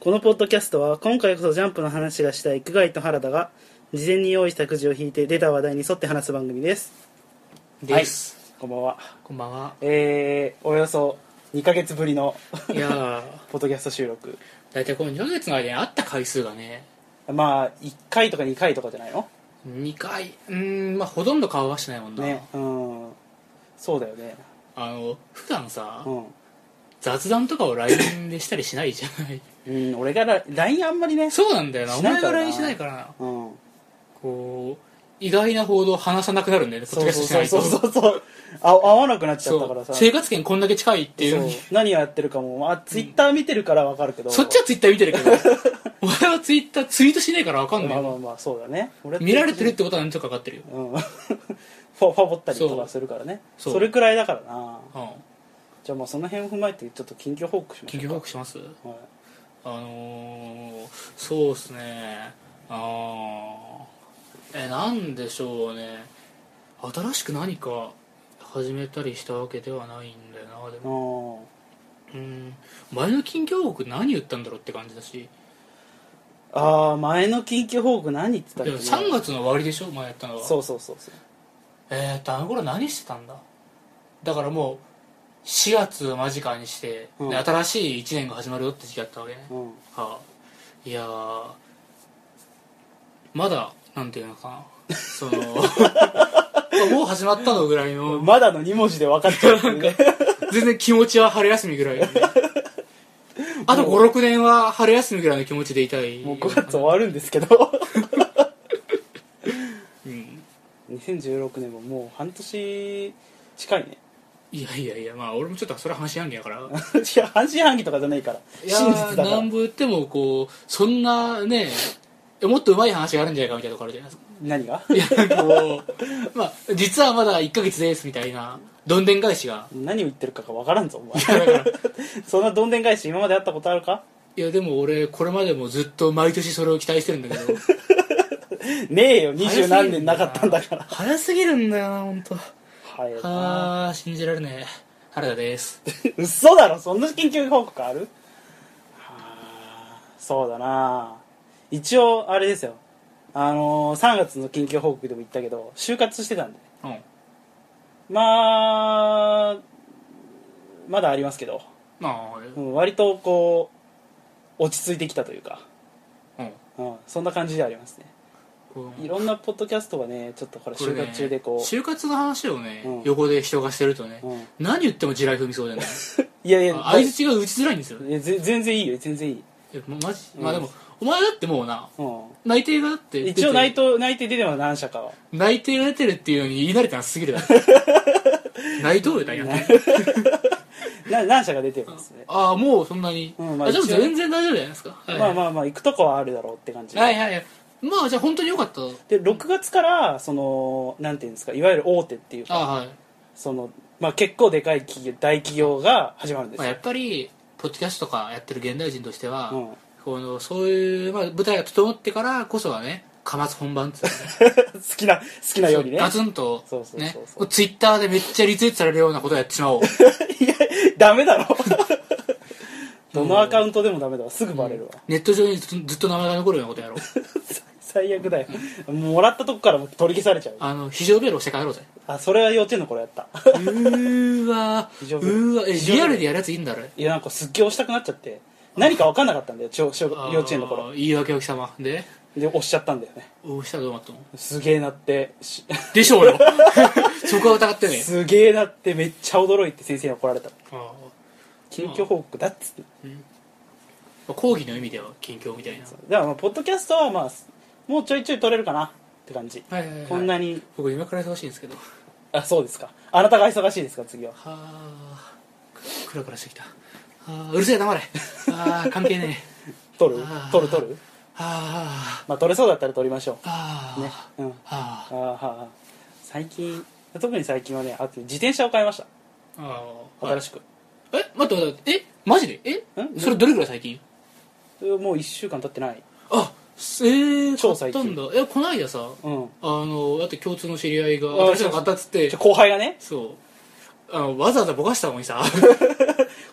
このポッドキャストは今回こそジャンプの話がしたい久我井と原田が事前に用意したくじを引いて出た話題に沿って話す番組ですです、こんばんはこんばんはえー、およそ2ヶ月ぶりの いやーポッドキャスト収録大体この2ヶ月の間に会った回数がねまあ1回とか2回とかじゃないの2回うーんまあほとんど顔はしてないもんな、ねうんそうだよねあの普段さ、うん、雑談とかを LINE でしたりしないじゃないうん、俺がラ LINE あんまりねそうなんだよなしおない前からなが LINE しないからなうんこう意外な報道を話さなくなるんだよねポッそドうキャストしそなういそとうそうそうあ合わなくなっちゃったからさそう生活圏こんだけ近いっていうのにそう何をやってるかもあツイッター見てるからわかるけど、そっちはツイッター見てる けどお前はツイッターツイートしないから分かんまなあまいあまあそうだね俺見られてるってことは何とか分かってるよ、うん ファファボったりとかするからねそそうれくらいだからなうん、じゃあまあその辺を踏まえてちょっと緊急報告しましょ緊う急報告しますはいあのー、そうですねあーえなんでしょうね新しく何か始めたりしたわけではないんだよなであもーうん前の近況報告何言ったんだろうって感じだしあー前の緊急報告何言ってたっけでなも3月の終わりでしょ前やったのはそうそうそうそうえーっとあの頃何してたんだだからもう4月を間近にして、うんで新しい1年が始まるよって時期だったわけね、うんはあ、いやーまだなんていうのかな そのもう始まったのぐらいのまだの2文字で分かっちゃうっていうね全然気持ちは春休みぐらいであと56年は春休みぐらいの気持ちでいたいもう5月終わるんですけどうん、 2016年ももう半年近いね いやいやいやまあ俺もちょっとそれは半信半疑やからいや半信半疑とかじゃないからいや真実だかならんぼ言ってもこうそんなねえもっと上手い話があるんじゃないかみたいなとこあるじゃないですか何がいやこうまあ実はまだ1ヶ月ですみたいなどんでん返 しが何を言ってるかが分からんぞお前だから そんなどんでん返し今まであったことあるかいやでも俺これまでもずっと毎年それを期待してるんだけどねえよ 二十何年なかったんだから早すぎるんだよな本当。早いなはあ信じられねえ原田です嘘だろそんな緊急報告あるはあそうだな一応あれですよあのー、3月の緊急報告でも言ったけど就活してたんでうんまあまだありますけど、まあうん、割とこう落ち着いてきたというか、うんうん、そんな感じでありますねこういろんなポッドキャストがねちょっとほらこれ就ね活中でこう就活の話をね、うん横で人がしてるとね、うん何言っても地雷踏みそうでねいやいやあ相槌が打ちづらいんですよいやぜ全然いいよ全然いい、いやもうマジ、うんまあでもお前だってもうなう内定がだってん、出て一応内定内定出ても何社かは内定が出てるっていうのに言い慣れてなす ぎるだろ内藤よだよな何社か出てるんですねああもうそんなに、うんまああ、でも一応ね全然大丈夫じゃないですか、はいまあまあまあ行くとこはあるだろうって感じ、はいはいはいまあじゃあ本当によかったで6月からそのなんていうんですかいわゆる大手っていうあかあはい、その、まあ、結構でかい企業大企業が始まるんですまあ、よ、やっぱりポッドキャストとかやってる現代人としては、うん、このそういう、まあ、舞台が整ってからこそはねかます本番っつう 好きな好きなようにねねガツンとそうそうそうそうねもうツイッターでめっちゃリツイートされるようなことやってしまおういやダメだ ろどのアカウントでもダメだわすぐバレるわ、ネット上にずっとずっと名前が残るようなことや ろう最悪だよ、もらったとこからも取り消されちゃうあの非常ベルをして帰ろうぜあそれは幼稚園の頃やったうーわ非ー常うベルーわえ非常ベルリアルでやるやついいんだろいやなんかすっげえ押したくなっちゃって何か分かんなかったんだよ小小幼稚園の頃あー言い訳おき様でで押しちゃったんだよねおしたらどうなったのすげえなってしでしょうよそこは疑って ねすげえなってめっちゃ驚いて先生に怒られたあ近況報告だっつってあ講義の意味では近況みたいなだからまあポッドキャストはまあもうちょいちょい取れるかなって感じ、はいはいはいこんなに僕今から忙しいんですけどはあそうですかあなたが忙しいですか次はあクラクラしてきたあーうるせえ黙れあー関係ねえ取るあー取る取るあまあ取れそうだったら取りましょーあうー、ねうんああーーはーはー最近特に最近はねあと自転車を買いましたあー新しく、え待って待ってえマジでえんそれどれぐらい最近もう1週間経ってないあえー、超最近買ったんだえこないださうんあのだって共通の知り合いがあ新しいの買ったっつってちょ後輩がねそうあのわざわざぼかしたのにさ、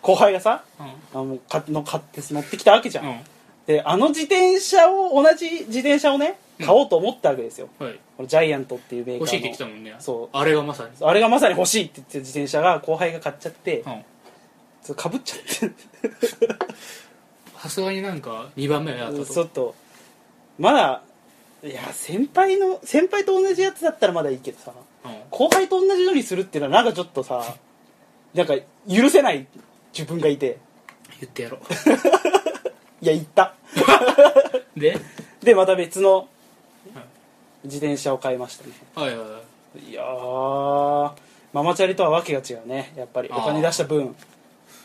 後輩がさうんあもう買っの買って乗ってきたわけじゃん、うんであの自転車を同じ自転車をね買おうと思ったわけですよ、はいこのジャイアントっていうメーカーの欲しいって言ってたもんねそうあれがまさにあれがまさに欲しいって言ってた自転車が後輩が買っちゃってうんちょっとかぶっちゃ ってさすがになんか2番目はやったちょとっとまだいや先輩の先輩と同じやつだったらまだいいけどさうん後輩と同じのにするっていうのはなんかちょっとさなんか許せない自分がいて言ってやろいや言ったう ででまた別のはい自転車を買いましたねはいはいはいいやーママチャリとはわけが違うねやっぱりあおー金出した分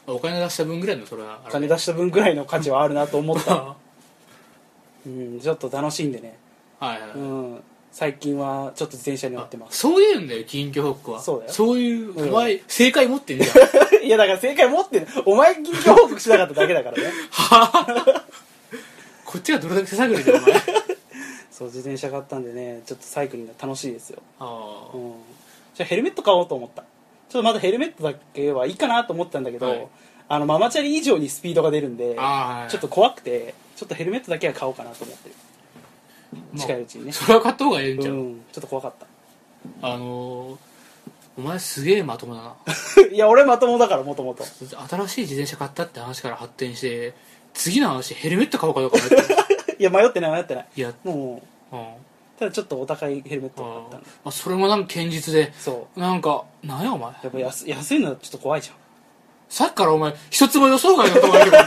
お金出した分ぐらいのそれはおあ金れ出した分ぐらいの価値はあるなと思っ たはうんちょっと楽しんでねい はいはい、うん最近はちょっと自転車に乗ってますそういうんだよ近況報告はそうだよいう、うんお前正解持ってん じ ゃ んいやだから正解持ってるお前近況報告しなかっただけだから ねこっちがどれだけ手探りだよ お前そう自転車買ったんでねちょっとサイクリングが楽しいですよ、あうーん、じゃあヘルメット買おうと思ったちょっとまだヘルメットだけはいいかなと思ったんだけど、はいあのママチャリ以上にスピードが出るんであーはいちょっと怖くてちょっとヘルメットだけは買おうかなと思ってるまあ近いうちにね、それは買った方がええんじゃん、うん、ちょっと怖かっあのーお前すげえまともだなた いや俺まともだからもとも と新しい自転車買ったって話から発展して次の話ヘルメット買おうかどうか迷ってるいや迷ってない迷ってないいや、うんもうあただちょっとお高いヘルメッートをま買ったんであ、それもなんか堅実でそうなんかなんやお前やっぱ安安いのはちょっと怖いじゃんさっきからお前一つも予想外のとこやけど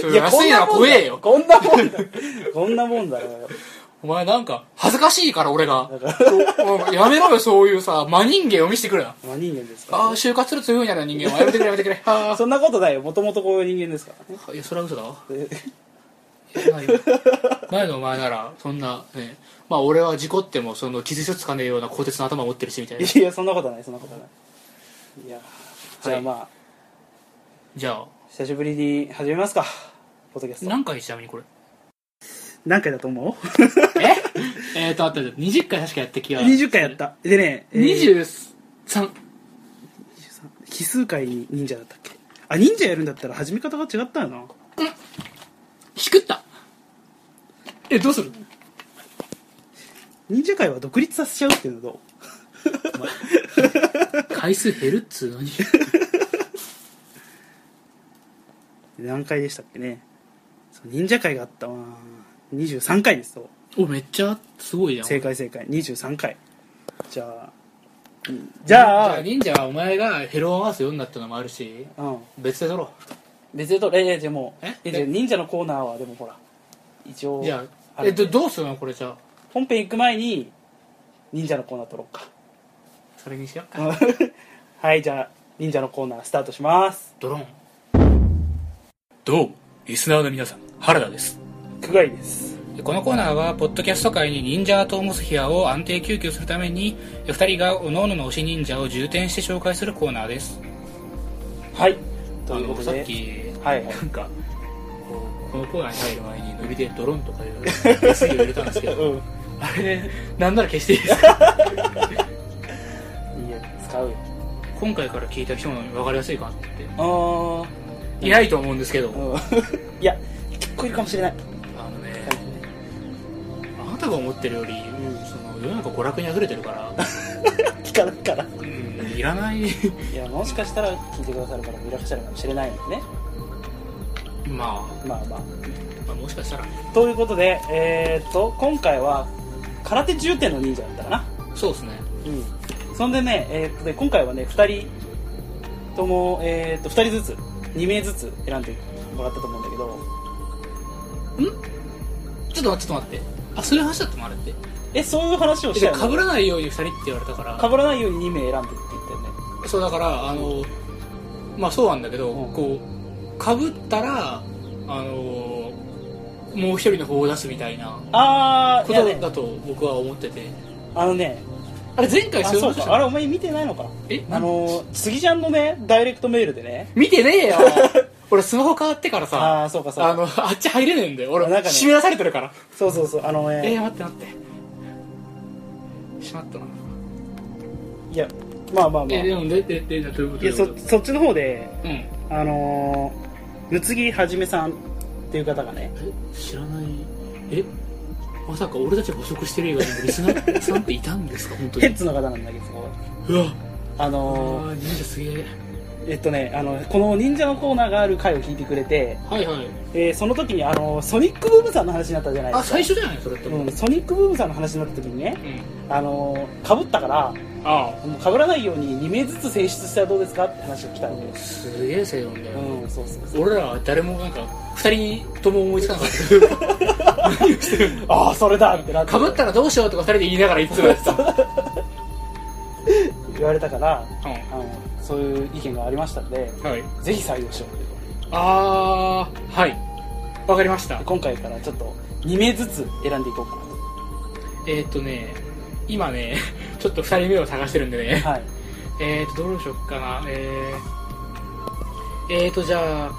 そ れ安いなら怖えよこんなもんだこんなもんだよお前なんか恥ずかしいから俺が おおやめろよそういうさ真人間を見せてくれなまあ人間ですから、ああ就活する強いんやな人間はやめてくれやめてくれあそんなことないよもともとこういう人間ですからねあいやそれは嘘だわでいやないよ前のお前ならそんなねまあ俺は事故ってもその傷一つつかねえような鋼鉄の頭持ってるしみたいないやそんなことないそんなことないいやじゃあまあ、じゃあ久しぶりに始めますかポッドキャスト何回ちなみにこれ何回だと思うええーと待って待って20回確かやった気が ?20 回やったでね、えー23奇数回に忍者だったっけあ忍者やるんだったら始め方が違ったよなしくったえどうする忍者界は独立させちゃうっていうのどう回数減るっつうのに何回でしたっけねそう忍者会があったわ23回ですとおめっちゃすごいじゃん正解正解23回じゃあうんじゃあ忍者はお前がヘロを回すようになったのもあるしうん別で撮ろ別にとええじゃあもうええじゃあ忍者のコーナーはでもほら一応うじゃああれえっとどうするのこれじゃあ本編行く前に忍者のコーナー取ろうかそれにしよう かはいじゃあ忍者のコーナースタートしますドローンどうもリスナーの皆さん原田です久我井ですこのコーナーはポッドキャスト界に忍者アトモスフィアを安定救急するために2人が各々の推し忍者を重点して紹介するコーナーですはいあというのことさでっきはいはいなんかこうこのコーナーに入る前にノリでドロンとかいう SE を入れたんですけどう あれなんなら消していいですかんいいや使うよ今回から聞いた人も分かりやすいかなってあいないと思うんですけど、あうん いや結構いるかもしれないあのねあなたが思ってるより、んその世の中娯楽に溢れてる から、聞かないからうん、いらないいやもしかしたら聞いてくださる方もいらっしゃるかもしれないのでねままあまああ、まあもしかしたらということでえー、っと今回は空手重点の忍者だったかなそうですねうんそんでね、えーっとね今回はね2人とも、えーっと2人ずつ2名ずつ選んでもらったと思うんだけどちょっと待ってちょっと待ってあそういう話だったのあれってえそういう話をしたよかぶらないように2人って言われたからかぶらないように2名選んでって言ったよねそうだからあのまあそうなんだけど、うんこうかぶったらあのもう一人の方を出すみたいなああこいやとねだと僕は思ってて、あのねあれ前回あそそういうう話かあれだお前見てないのかえあの杉ちゃんのねダイレクトメールでね見てね えよ俺スマホ変わってからさああーそうかそうあかのあっち入れねえんだよ俺なんかね締め出されてるからそうそうそうあのえねー、待って待ってしまったないやまあまあまあえでもでででどういうこといやそそっちの方でうんあのー、むつぎはじめさんっていう方がねえ知らないえまさか俺たちが捕食してる映画でもリスナーさんっていたんですか本当ヘにッズの方なんだけどうわああのー忍者すげえーえっとねあのこの忍者のコーナーがある回を聞いてくれて、はいはいえーその時にあのソニックブームさんの話になったじゃないであすか最初じゃないそれってもう、ううんん、ソニックブームさんの話になった時にねあのかぶったからあもう被らないように2名ずつ選出したらどうですかって話が来たんであすげえ正論だよ、うんそうそうそう俺らは誰もなんか2人とも思いつかなかったああそれだってなってかぶったらどうしようとか2人で言いながらいつもやってた、うん、言われたからあのそういう意見がありましたんではいぜひ採用しようというああはいわかりました今回からちょっと2名ずつ選んでいこうかなとえーっ、とね今ね ちょっと2人目を探してるんでねはいえーっとどうしよっかなえー、えーっとじゃあ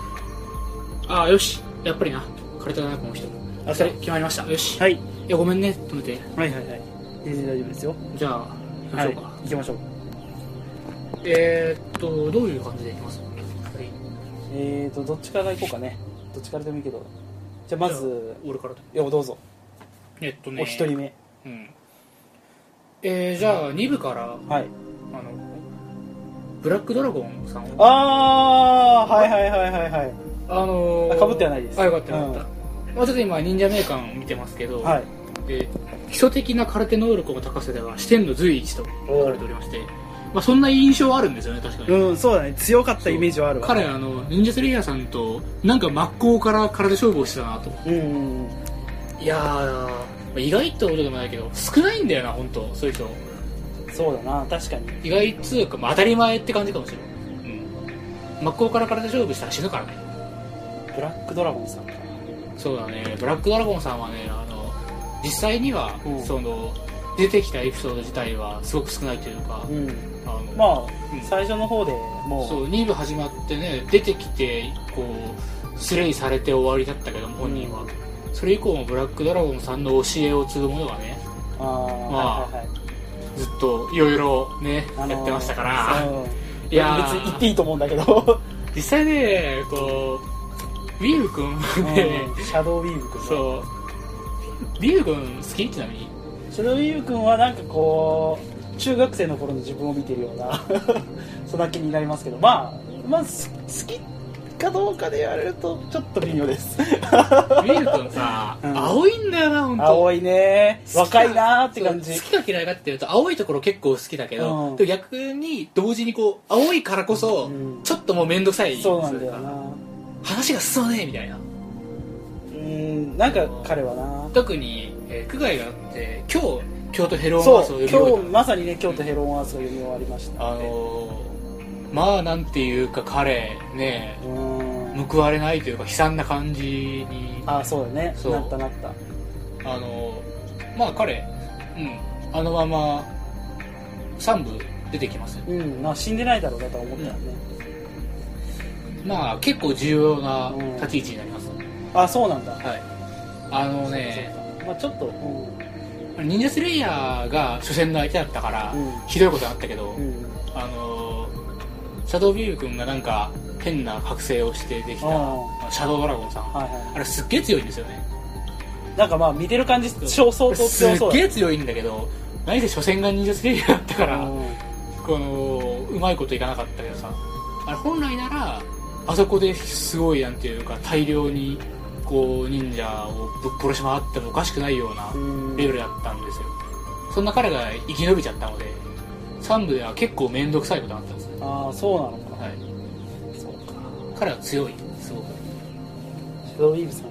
あーよしやっぱりな借りたなこの人あ2人決まりましたよし、はいい、やごめんね止めてはいはいはい全然大丈夫ですよじゃあ行はいきましょうか、行きましょうえーっとどういう感じでいきますはいえーとどっちから行こうかねどっちからでもいいけどじゃあまず俺からだいやどうぞえっとねお一人目うんえー、じゃあ2部からはいあのブラックドラゴンさんをああーはいはいはいはいはいあのあー、被ってはないですあよかったよかった、まあ、ちょっと今忍者名鑑見てますけど、はいえー基礎的な空手能力の高さでは四天の随一と書かれておりまして、まあ、そんな印象はあるんですよね確かに、うんそうだね強かったイメージはあるわ彼あの忍者スレイヤーさんとなんか真っ向から体勝負をしてたなとうんうんうんいやー、まあ意外ってことでもないけど少ないんだよな本当そういう人そうだな確かに意外っつうか、まあ、当たり前って感じかもしれない、うん、真っ向から体勝負したら死ぬからねブラックドラゴンさんかそうだねブラックドラゴンさんはねあの実際には、うんその出てきたエピソード自体はすごく少ないというか、うんあのまあ、うん最初の方でもうそう2部始まってね出てきてこうスレイされて終わりだったけども本人は、それ以降もブラックドラゴンさんの教えを継ぐものがねあー、まあはいはいはいずっといろいろね、あのーやってましたからそういや別に言ーっていいと思うんだけど、実際ねこ うビール君はね、うんシャドウウィーブ君ねそうビール君好きちなみにシャドウウィーブ君はなんかこう中学生の頃の自分を見てるような そんな気になりますけどまあまあす好きかどうかで言われるとちょっと微妙ですビール君さ、うん青いんだよな、本当。青いね若いなーって感じ好きか嫌いかっていうと、青いところ結構好きだけど、うんでも逆に同時にこう、青いからこそ、うんちょっともうめんどくさい。そうなんだよな話が進まねえみたいな。うんなんか彼はな特に、えー、区外があって、今日、京都ヘロンマースそをう呼び終今日えまさにね京都ヘロンアースが読み終わりましたた。あのー、まあなんていうか彼、ね、うん報われないというか悲惨な感じに、あそうだねそうなったなったあのー、まあ彼、うん、あのまま、3部出てきますようんまあ死んでないだろうなとは思ったよね、まあ結構重要な立ち位置になります、あそうなんだはいあのねまあちょっとうん忍者スレイヤーが初戦の相手だったから、うんひどいことになったけど、うんあのーシャドウビュー君がなんか変な覚醒をしてできたあシャドウドラゴンさんはいはあれすっげえ強いんですよねいなんかまあ見てる感じ超相当す強っそうだげえ強いんだけど何せ初戦が忍者スレイヤーだったから、うんこのうまいこといかなかったけどさあれ本来ならあそこですごいなんていうか大量にこう忍者をぶっ殺し回ってもおかしくないようなうんレベルだったんですよそんな彼が生き延びちゃったので3部では結構面倒くさいことになったんですね、ああそうなのかはい、そうか彼は強いすごくシャドウィーブさん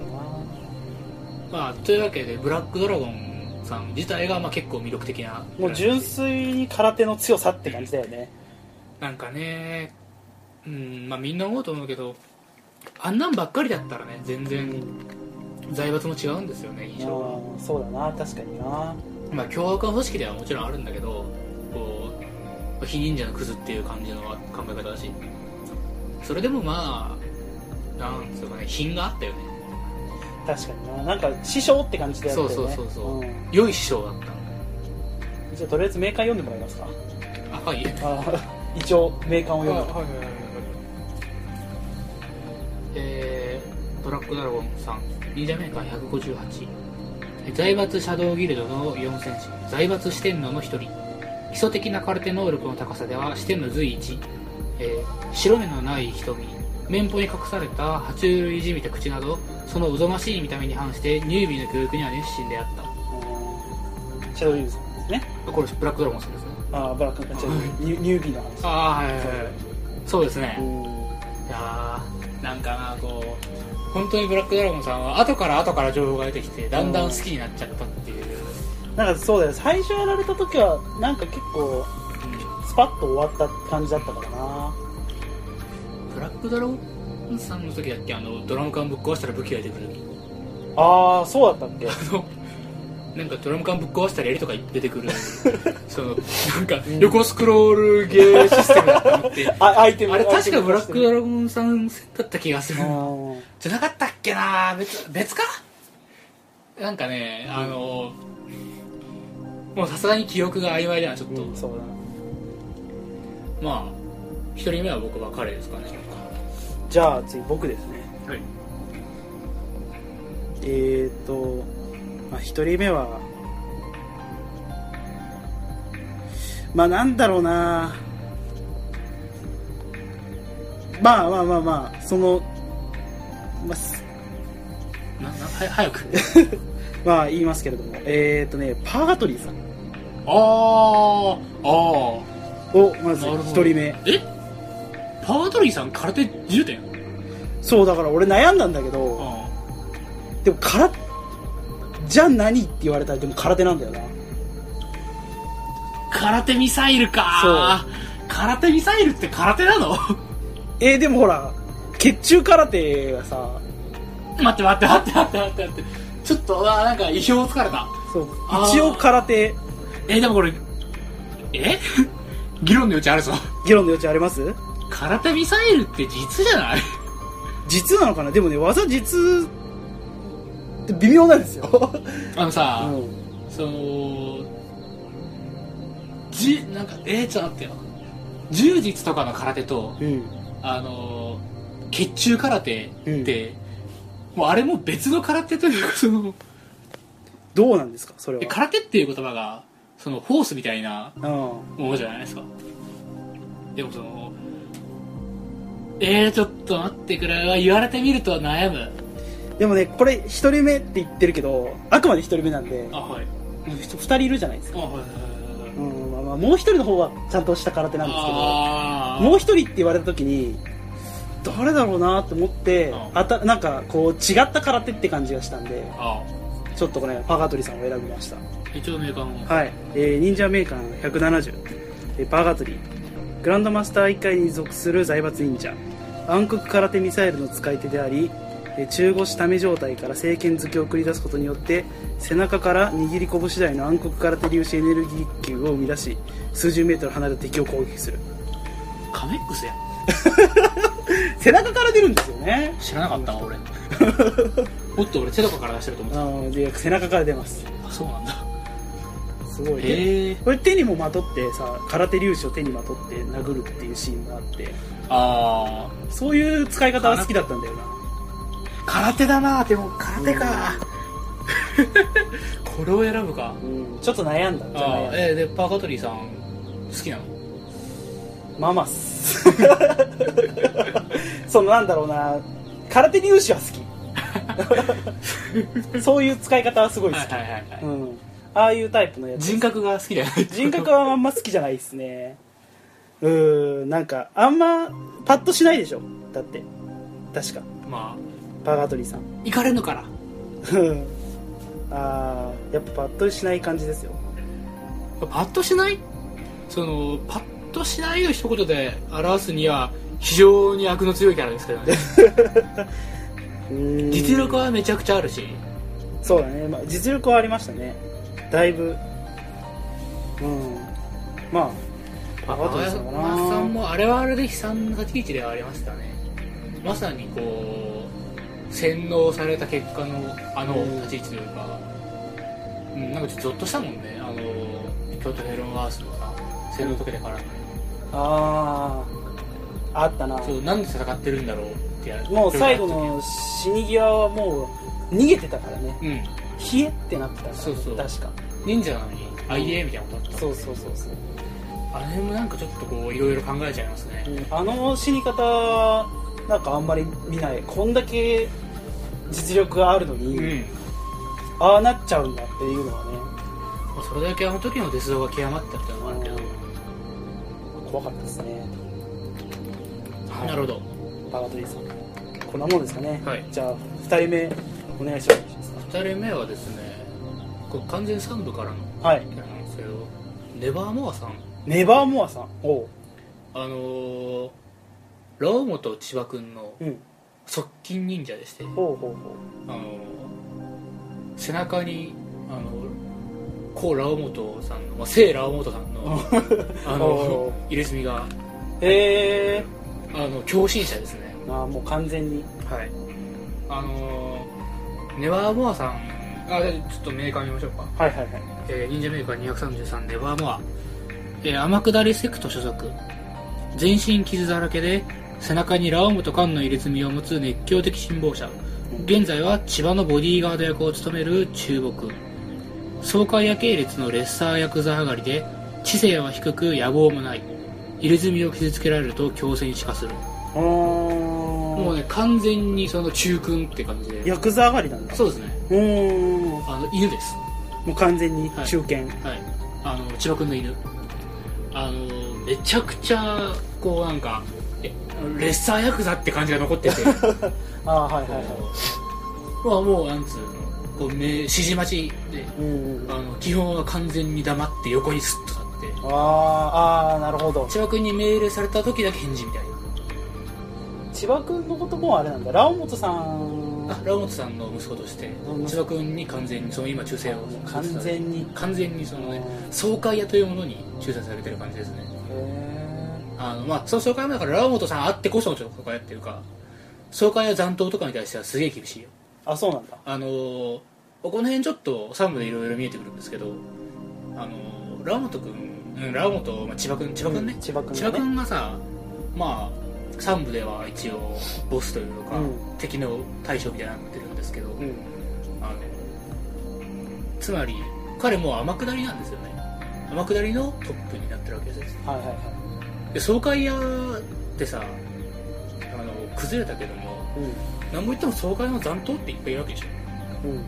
まあというわけでブラックドラゴンさん自体がまあ結構魅力的ななもう純粋に空手の強さって感じだよねなんかねうんまあみんな思うと思うけどあんなんばっかりだったらね全う然ん財閥も違うんですよねあ印象が、ーそうだな確かになまあ凶悪な組織ではもちろんあるんだけどこう非忍者のクズっていう感じの考え方だしそれでもまあなんつうかね品があったよね確かにななんか師匠って感じだよねそうそうそうそうん良い師匠だっじゃあとりあえずメーカー読んでもらえますかたあはいあー 一応メーカーを読むえートラックドラゴンさん2代目が158財閥シャドウギルドの4戦士財閥四天王の1人基礎的な空手能力の高さでは四天王随一、えー白目のない瞳面貌に隠された爬虫類じみた口などそのおぞましい見た目に反してニュービーの教育には熱心であっうんシャドウユーズさんですねたこれブラックドラゴンさんですねああブラックのはいニュニュービーの話ああはいはいはいそうですね、うんいやーなんかなこう本当にブラックドラゴンさんは後から後から情報が出てきてだんだん好きになっちゃったっていう、なんかそうだよ最初やられた時はなんか結構スパッと終わった感じだったからなブラックドラゴンさんの時だっけあのドラム缶ぶっ壊したら武器が出てくる 時ああそうだったっけあのなんかドラム缶ぶっ壊したら槍とか出て くるそのなんか横スクロールゲーシステムだと思ってあアイテムあれ確かブラックドだラゴンさんだった気がするじゃなかったっけな別別かなんかねあのもうさすがに記憶が曖昧だなちょっと、うんそうだなまあ一人目は僕は彼ですかねじゃあ次僕ですねはいえーと、まあ、1人目はまあなんだろうなまあまあまあまあそのまあすななは早くまあ言いますけれどもえーとねパーガトリーさんあああをまあず1人目えパワートリーさん空手10点そうだから俺悩んだんだけどあでも空じゃあ何って言われたらでも空手なんだよなあ空手ミサイルか空手ミサイルって空手なのえー、でもほら血中空手がさ 待って待って待って待って待って待ってちょっとうわーなんか意表をつかれたそうあー一応空手えーでもこれえ 議論の余地あるぞ議論の余地あります空手ミサイルって実じゃない実なのかなでもね技実って微妙なんですよ、 あのさ、うんそのじなんかえー、ちょっと待ってよ柔術とかの空手とうん、あのー血中空手って、もうあれも別の空手というかそのどうなんですかそれえは、空手っていう言葉がそのフォースみたいなうものじゃないですかでもそのえー、ちょっと待ってくれ言われてみると悩むん、でもねこれ1人目って言ってるけどあくまで1人目なんであはい2人いるじゃないですあか、はいはいはいはいうんまあまあ、もう1人の方はちゃんとした空手なんですけどあーもう1人って言われた時に誰だろうなと思ってうんあたなんかこう違った空手って感じがしたんであちょっとこれパガトリさんを選びました一応メーカーもはい、えー忍者メーカー170、えーバーガトリーグランドマスター一階に属する財閥忍者暗黒空手ミサイルの使い手であり、えー中腰ため状態から聖剣好きを繰り出すことによって背中から握り拳台の暗黒空手粒子エネルギー球を生み出し数十メートル離れた敵を攻撃するカメックスやん背中から出るんですよね知らなかったわ 俺もっと俺手とかから出してると思っあーで背中から出ますたあそうなんだすごいねへえこれ手にもまとってさ空手粒子を手にまとって殴るっていうシーンがあってああそういう使い方は好きだったんだよな空手だなでも空手か これを選ぶかうんちょっと悩んだんじゃああーえー、でパーカトリーさん好きなのママっす そのなんだろうな空手入手は好 きそういう使い方はすごい好はいき、はいはい、はいうん、ああいうタイプのやつ人格が好きだよね人格はあんま好きじゃないですねうーんなんかあんまパッとしないでしょだって確か まパガトリさんあ行かれんのからうんああやっぱパッとしない感じですよパッとしないそのパッとしないを一言で表すには非常に悪の強いキャラですけどねうーん実力はめちゃくちゃあるしそうだね、まあ、実力はありましたねだいぶうんまあパまあガトリさんかなまさんもあれはあれで悲惨な立ち位置ではありましたねまさにこう洗脳された結果のあのうん立ち位置というか、うん、なんかちょっとゾッとしたもんねあの京都ヘロンワースのさ洗脳解けてからあああったなそうなんで戦ってるんだろうってやるもう最後の死に際はもう逃げてたからねうん冷えってなってたから、ね、そうそう確か忍者なのに IA みたいなことだったそうそうそうそう、あれもなんかちょっとこういろいろ考えちゃいますねうんあの死に方なんかあんまり見ないこんだけ実力があるのうに、んああなっちゃうんだっていうのはねまあそれだけあの時の鉄道が極まったっていうのもあるけど怖かったですねはいなるほどバガトリーさんこんなもんですかね、はいじゃあ2人目お願いします2人目はですねこれ完全3部からのはいキャラなんですけどネバーモアさんネバーモアさんおうあのー、ラオモと千葉くんのうん側近忍者でしてほうほうほあのー背中にあの高ラオモトさんの、まあ、聖ラオモトさんのあおのー入れ墨がうえあの狂信者ですねー、あーもう完全にはいあのーネバーモアさんあちょっとメーカー見ましょうか、はいはいはいえー忍者メーカー233ネバーモア、えー天下りセクト所属全身傷だらけで背中にラオムと缶の入れ墨を持つ熱狂的信望者現在は千葉のボディーガード役を務める中国爽快や系列のレッサーヤクザ上がりで知性は低く野望もない入れ墨を傷つけられると強戦死化するうもーうんね完全にその中君って感じでヤクザ上がりなんだそうですねうーんもあの犬ですう完全に中堅、はいあの千葉君の犬あのめちゃくちゃこうなんかえレッサーヤクザって感じが残ってて ああはいはいはまあもうなんつうのこう目指示待ちでいうんうんあの基本は完全に黙って横にスッと立ってあああーなるほど千葉君に命令された時だけ返事みたい千葉君のこともあれなんだラオモトさんなあラモトさんの息子としてうん千葉君に完全にその今忠誠を完全に完全にそのねうん爽快屋というものに忠誠されてる感じですねへあのまあその爽快屋だからラモトさんあってこその爽快屋っていうか爽快屋残党とかに対してはすげえ厳しいよーあそうなんだあのーこの辺ちょっと3部でいろいろ見えてくるんですけどあのーラモト君うんラモト、まあ、千葉君千葉君ね、うん千葉君がね千葉君がさまあ3部では一応ボスというか、うん敵の大将みたいになってるんですけど、うんあのつまり彼もう天下りなんですよね天下りのトップになってるわけですはいはいはで爽快屋ってさあの崩れたけどもい何も言っても爽快の残党っていっぱいいるわけでしょうんうん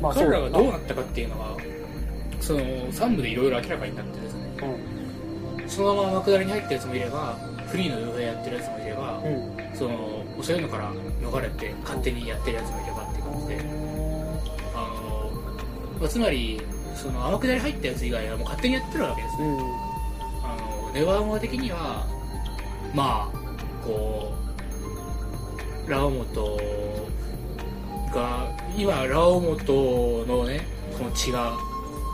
ま彼らがどううなったかっていうのはその3部でいろいろ明らかになってですねだなそのまま天下りに入ったやつもいればフリーの傭兵やってるやつもいればう、んうんそのそういうのから逃れて勝手にやってるやつもいればっていう感じであの、まあ、つまりその天下り入ったやつ以外はもう勝手にやってるわけですねうんあのネバーモア的にはまあこうラオモトが今ラオモトのねこの血が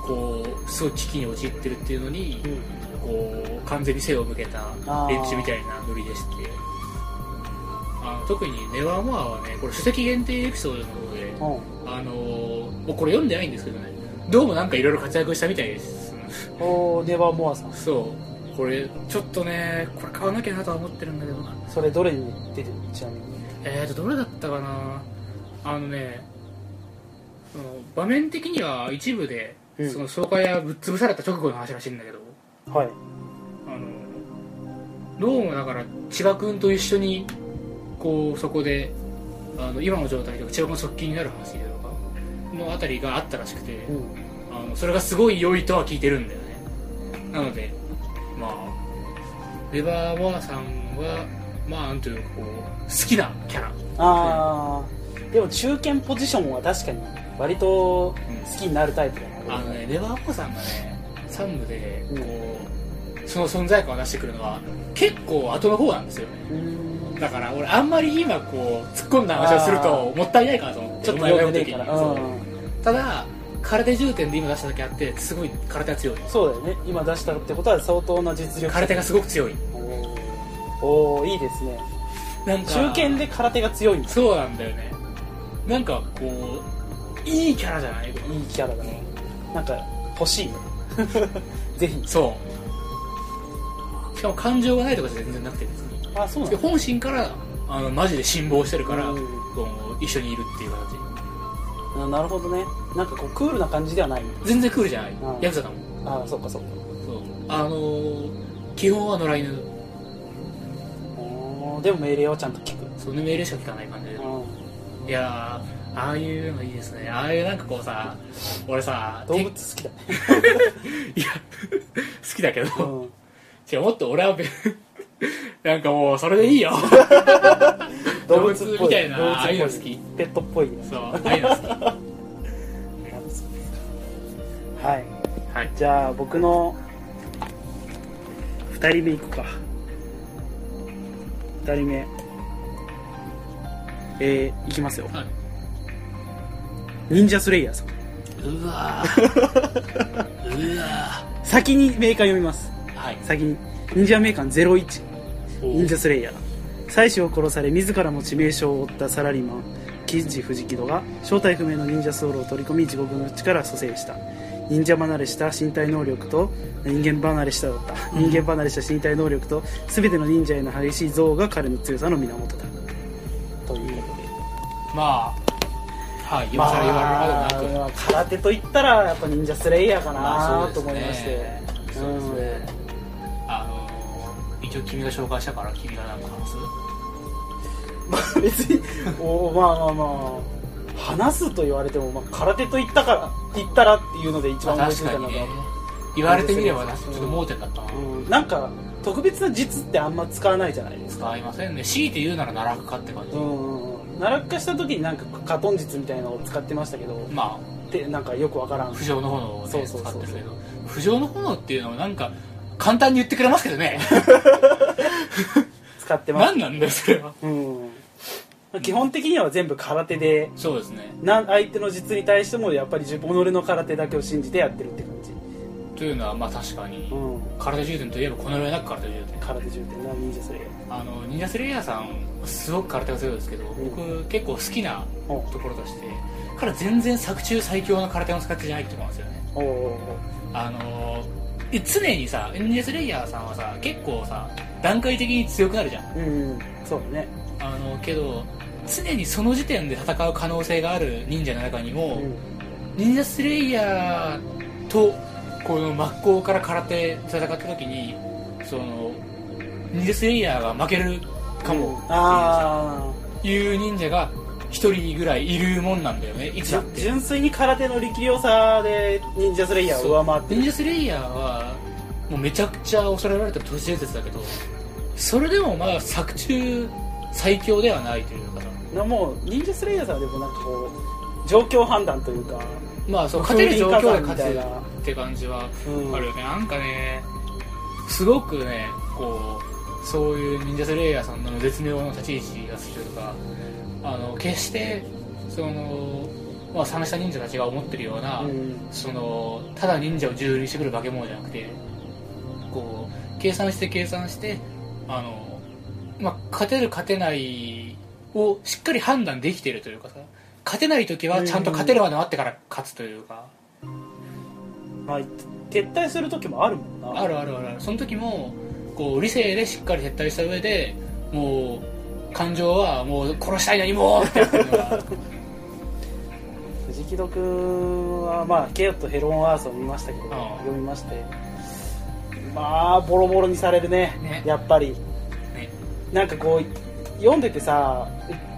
こうすごい危機に陥ってるっていうのにうんこう完全に背を向けた連中みたいなノリでしてあの特にネバーモアはねこれ書籍限定エピソードの方でうんあのもうこれ読んでないんですけどねどうもなんかいろいろ活躍したみたいですおーネバーモアさんそうこれちょっとねこれ買わなきゃなとは思ってるんだけどなそれどれに出てるちなみにえーとどれだったかなあのねその場面的には一部で、うんその爽快屋ぶっ潰された直後の話らしいんだけどはいあのどうもだから千葉君と一緒にこうそこであの今の状態とか千葉君の側近になる話とかのあたりがあったらしくて、うんあのそれがすごい良いとは聞いてるんだよねなのでまあレバーモアさんはまあなんというかこう好きなキャラああでも中堅ポジションは確かに割と好きになるタイプだあなのねレバーモアさんがね3部でこうう、その存在感を出してくるのは結構後の方なんですよねうーんだから俺あんまり今こう突っ込んだ話をするともったいないかなと思ってちょっと読よくむねえ時かにらそううんただ空手重点で今出しただけあってすごい空手が強いそうだよね今出したってことは相当な実力空手がすごく強いおーいいですねなんか中堅で空手が強いんですそうなんだよねなんかこういいキャラじゃないこいいキャラだのねなんか欲しいぜひそうしかも感情がないとかじゃ全然なくて別にあそうなんだ本心からあのマジで辛抱してるから、うんこう一緒にいるっていう形あなるほどねなんかこうクールな感じではない全然クールじゃない、うんヤクザだもんああそっかそっかそうあのー基本は野良犬おーでも命令はちゃんと聞くその命令しか聞かない感じでういやーああいうのいいですねああいうなんかこうさ俺さん動物て好きだねいや 好きだけ ど、うん違うもっと俺はべなんかもうそれでいいよ動物みたい な動物っぽああいうの好きペットっぽいそうああいうの好きはいはいじゃあ僕の2人目いくか2人目えー、いきますよはい忍者スレイヤーさんうわーうわ先にメーカー読みますーはい先に忍者メーカー01忍者スレイヤー妻子を殺され自らも致命傷を負ったサラリーマンキッジ・フジキドが正体不明の忍者ソウルを取り込み地獄の地から蘇生した忍者離れした身体能力と人間離れしただった人間離れした身体能力と全ての忍者への激しい憎悪が彼の強さの源だということでまあはい読まされ言われるまでもなく、まあ空手といったらやっぱ忍者スレイヤーかまあなと思いまして、そうですねあのー一応君が紹介したから君が何か話すまあ 別におまあまあまあ話すと言われても、まあ、空手と言ったから言ったらっていうので一ま番あ思いつい確たかのにが、ね言われてみればなうんちょっと盲点だったな、うん、なんか特別な術ってあんま使わないじゃないですか使いませんね強いて言うなら奈落かって感じ、うん奈落化した時になんかカトン術みたいなのを使ってましたけどまでなんかよくわからあん不浄の炎をそねうそう使そうってるけど不浄の炎っていうのはなんか簡単に言ってくれますけどね使ってます何なんだよそれはうん基本的には全部空手でそうですねな相手の術に対してもやっぱり自己の空手だけを信じてやってるって感じというのはまあ確かに、うん体充電といえばこの世なく体充電空手重点な忍者それあのニーナスレイヤーさんすごく体が強いですけど、ん僕結構好きなおうところとして彼全然作中最強の空手の使い手じゃないって思うんですよねおうおうおうあのー常にさニーナスレイヤーさんはさ結構さ段階的に強くなるじゃんうんそうだねあのけど常にその時点で戦う可能性がある忍者の中にも、うニーナスレイヤーとこの真っ向から空手戦った時にそのニーナスレイヤーが負けるかもっていうさあいう忍者が一人ぐらいいるもんなんだよねいつだっあて純粋に空手の力量差で忍者スレイヤーを上回ってる忍者スレイヤーはもうめちゃくちゃ恐れられた都市伝説だけどそれでもまあ作中最強ではないというかさもう忍者スレイヤーさんはでもなんかこう状況判断というかまあそう勝てる状況で勝風て林る火山みって感じはうんあるよね、なんかねすごくねこうそういう忍者スレイヤーさんの絶妙な立ち位置がするというかあの決してその、まあ、探した忍者たちが思ってるような、うんそのただ忍者を自由にしてくる化け物じゃなくてこう計算して計算してあの、まあ、勝てる勝てないをしっかり判断できているというかさ勝てない時はちゃんと勝てるまで待ってから勝つというか、まあ、撤退する時もあるもんなあるあるあるあるその時もこう理性でしっかり撤退した上でもう感情はもう殺したいのにもうってやってるの が藤木戸君はまあケイオとヘロンアースを見ましたけどああ読みましてまあボロボロにされるねねやっぱりねなんかこう読んでてさ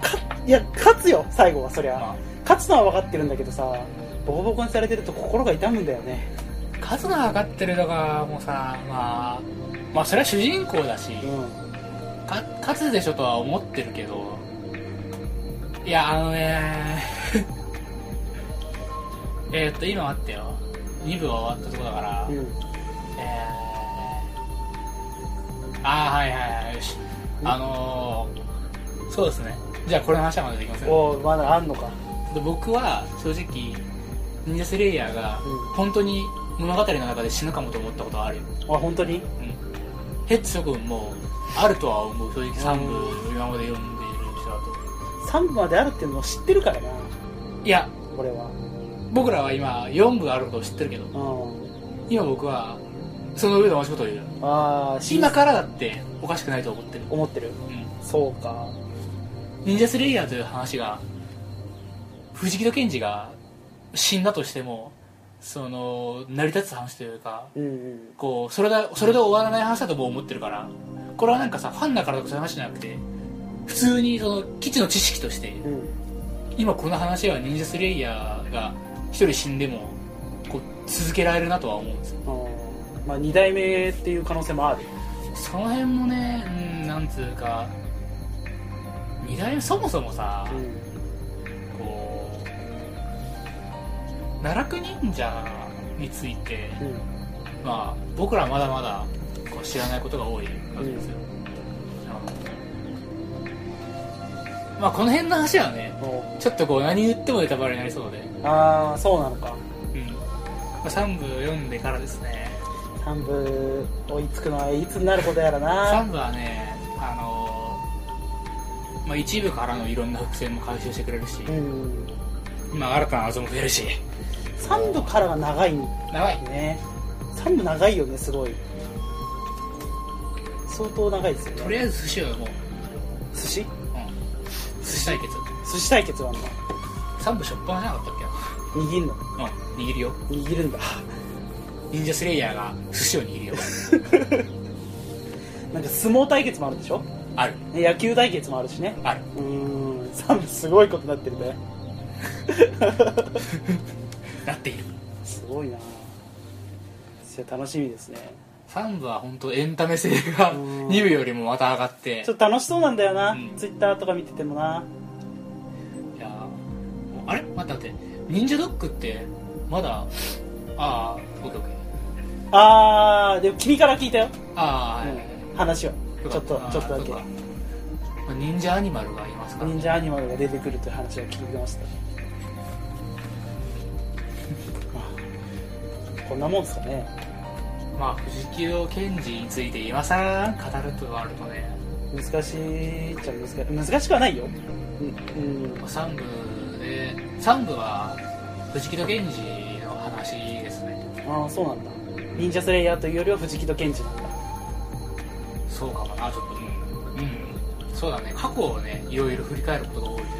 かいや勝つよ最後はそりゃ、まあ勝つのは分かってるんだけどさボコボコにされてると心が痛むんだよね数が上がってるのがもうさまあまあそれは主人公だし、うか勝つでしょとは思ってるけどいやあのね えーっと今待ってよ2部は終わったとこだから、ん、うえん、ー、ああはいはいはいよしうんあのー、そうですねじゃあこれの話はまだできませんおうまだあんのかで僕は正直忍者スレイヤーがうん本当に物語の中で死ぬかもと思ったことはあるよあ本当にうんヘッツ諸君もあるとは思う正直3部今まで読んでいる人だ3部まであるっていうのを知ってるからなといやこれは僕らは今4部あることを知ってるけどうん今僕はその上で同じことを言うああ今からだっておかしくないと思ってる思ってるうんそうか忍者スレイヤーという話が藤木戸賢治が死んだとしてもその成り立つ話というかうんうんこうそれだそれで終わらない話だとも思ってるからこれはなんかさファンだからとかそういう話じゃなくて普通にその基地の知識としてうん今この話は忍者スレイヤーが一人死んでもこう続けられるなとは思うんですよあーまあ2代目っていう可能性もあるその辺もねうんなんつうか二代目そもそもさ、うこう奈落忍者についてんうんまあ僕らはまだまだこう知らないことが多いわけですよ、まあこの辺の話はねおちょっとこう何言ってもネタバレになりそうで、ああそうなのかうんまあ、3部読んでからですね3部追いつくのはいつになることやらな3部はねあのーまあ、一部からのいろんな伏線も回収してくれるし、うんまあ、新たな謎も増えるし3部からが長い長いね3部長いよねすごい相当長いですよとねりあえず寿司はもう、寿司うん、寿司対決寿司対決はあんの3部しょっぱなじゃなかったっ握るのけなうん握るよ握るんだ 忍者スレイヤーが寿司を握るよなんか相撲対決もあるでしょあるね野球対決もあるしねあるうーん3部すごいことになってるねなっているすごいなそれ楽しみですね3部は本当エンタメ性がうん2部よりもまた上がってちょっと楽しそうなんだよな、うんツイッターとか見ててもないやーもうあれ待って待って忍者ドックってまだああオッケーオッケーあーでも君から聞いたよ、ああ、はいはいはいうん、話をよちかょっとたちょっとだあーそうけかまあ忍者アニマルがいますから忍者アニマルが出てくるという話を聞いてました こんなもんですかねまあ藤木戸賢治について今さら語るとあるとね難しいっちゃ難しい難しくはないようん、うん、 3部で3部は藤木戸賢治の話ですねああそうなんだ忍者スレイヤーというよりは藤木と賢治なんだそうかもなちょっとうん、うん、そうだね過去をねいろいろ振り返ることが多いというか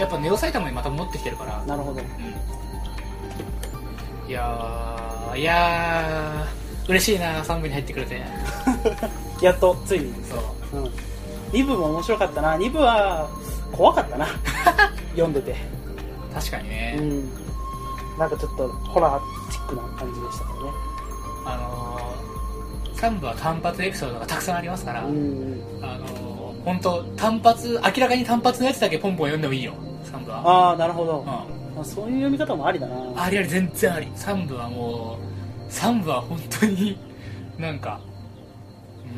やっぱネオ埼玉にまた戻ってきてるからなるほどうんいやーいやー嬉しいな3部に入ってくれてやっとついにそううん2部も面白かったな2部は怖かったな 読んでて確かにね、うんなんかちょっとホラーチックな感じでしたけどねあのー、3部は単発エピソードがたくさんありますから、うんあのー、本当単発明らかに単発のやつだけポンポン読んでもいいよ3部はああなるほどうん、まあそういう読み方もありだなありあり全然あり3部はもう3部は本当になんかう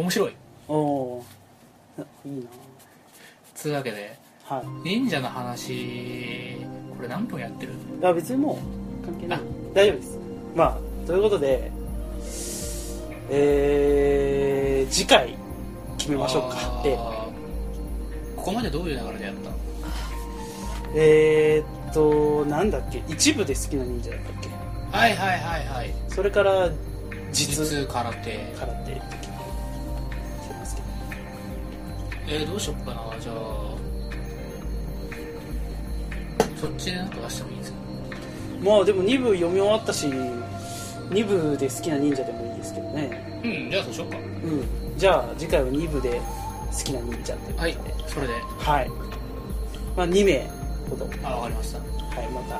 ん面白いおおーいいなつうわけではい忍者の話これ何分やってるいや別にもう関係ないあ大丈夫ですまあということでえー、次回決めましょうかあでーここまでどういう流れでやったのえー、っとなんだっけ一部で好きな忍者だったっけはいはいはいはいそれから実実空手空手って聞いてますけどえー、どうしよっかなじゃあそっちでなんか出してもいいんですかまあでも2部読み終わったし2部で好きな忍者でもいいですけどねうんじゃあそうしよっかうんじゃあ次回は2部で好きな忍者ってはいそれではい、まあ、2名ほどあわかりましたはい、また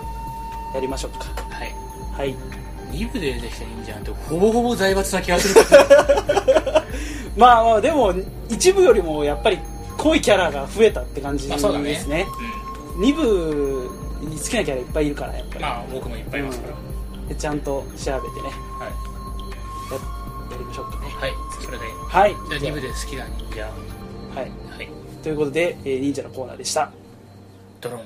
やりましょうか。はいはい。 2部で出てきた忍者なんてほぼほぼ財閥な気がするけどまあまあ、でも、一部よりもやっぱり濃いキャラが増えたって感じでま あすそうだねね。二部に好きなキャラいっぱいいるから、やっぱうりん。まあ僕もいっぱいいますから、でちゃんと調べてね、はいややりましょうかね。はいそれではい。じゃあ2部で好きな忍者はい。はいということで、えー忍者のコーナーでした。ドローン